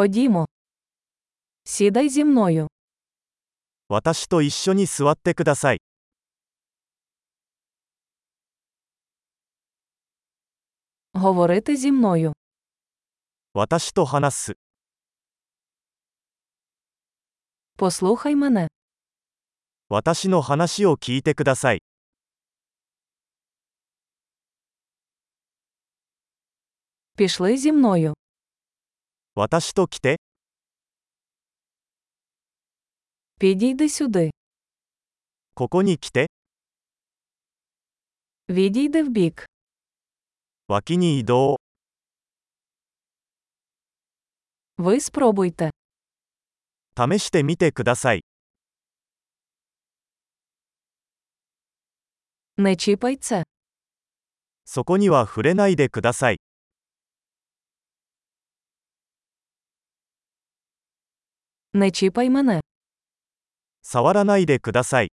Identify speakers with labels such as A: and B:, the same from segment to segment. A: Ходімо. Сідай зі мною.
B: 私と一緒に座ってください。
A: Говорити зі мною.
B: 私と話す。
A: Послухай мене.
B: 私の話を聞いてください。
A: Пішли зі мною.
B: 私と来て、
A: Підійди сюди.
B: ここに来て、
A: Відійди вбік.
B: 脇に移動。
A: Ви спробуйте.
B: 試してみてください。
A: Не чіпай це.
B: そこには触れないでください。
A: Не чіпай мене.
B: 触らないでください。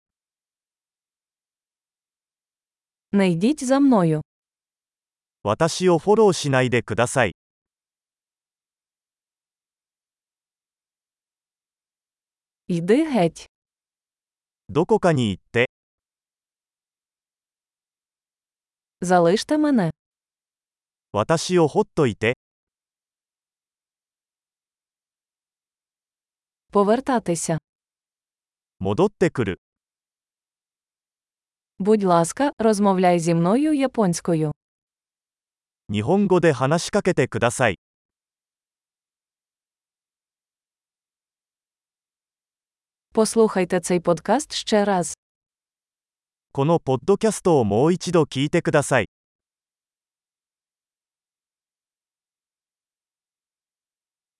A: Не йдіть за мною.
B: 私をフォローしないでください。
A: Йди геть.
B: どこかに行って、
A: Залиште мене.
B: 私をほっといて、
A: Повертатися.
B: 戻ってくる。
A: Будь ласка, розмовляй зі мною японською.
B: 日本語で話しかけてください。
A: Послухайте цей подкаст ще раз.
B: このポッドキャストをもう一度聞いてください。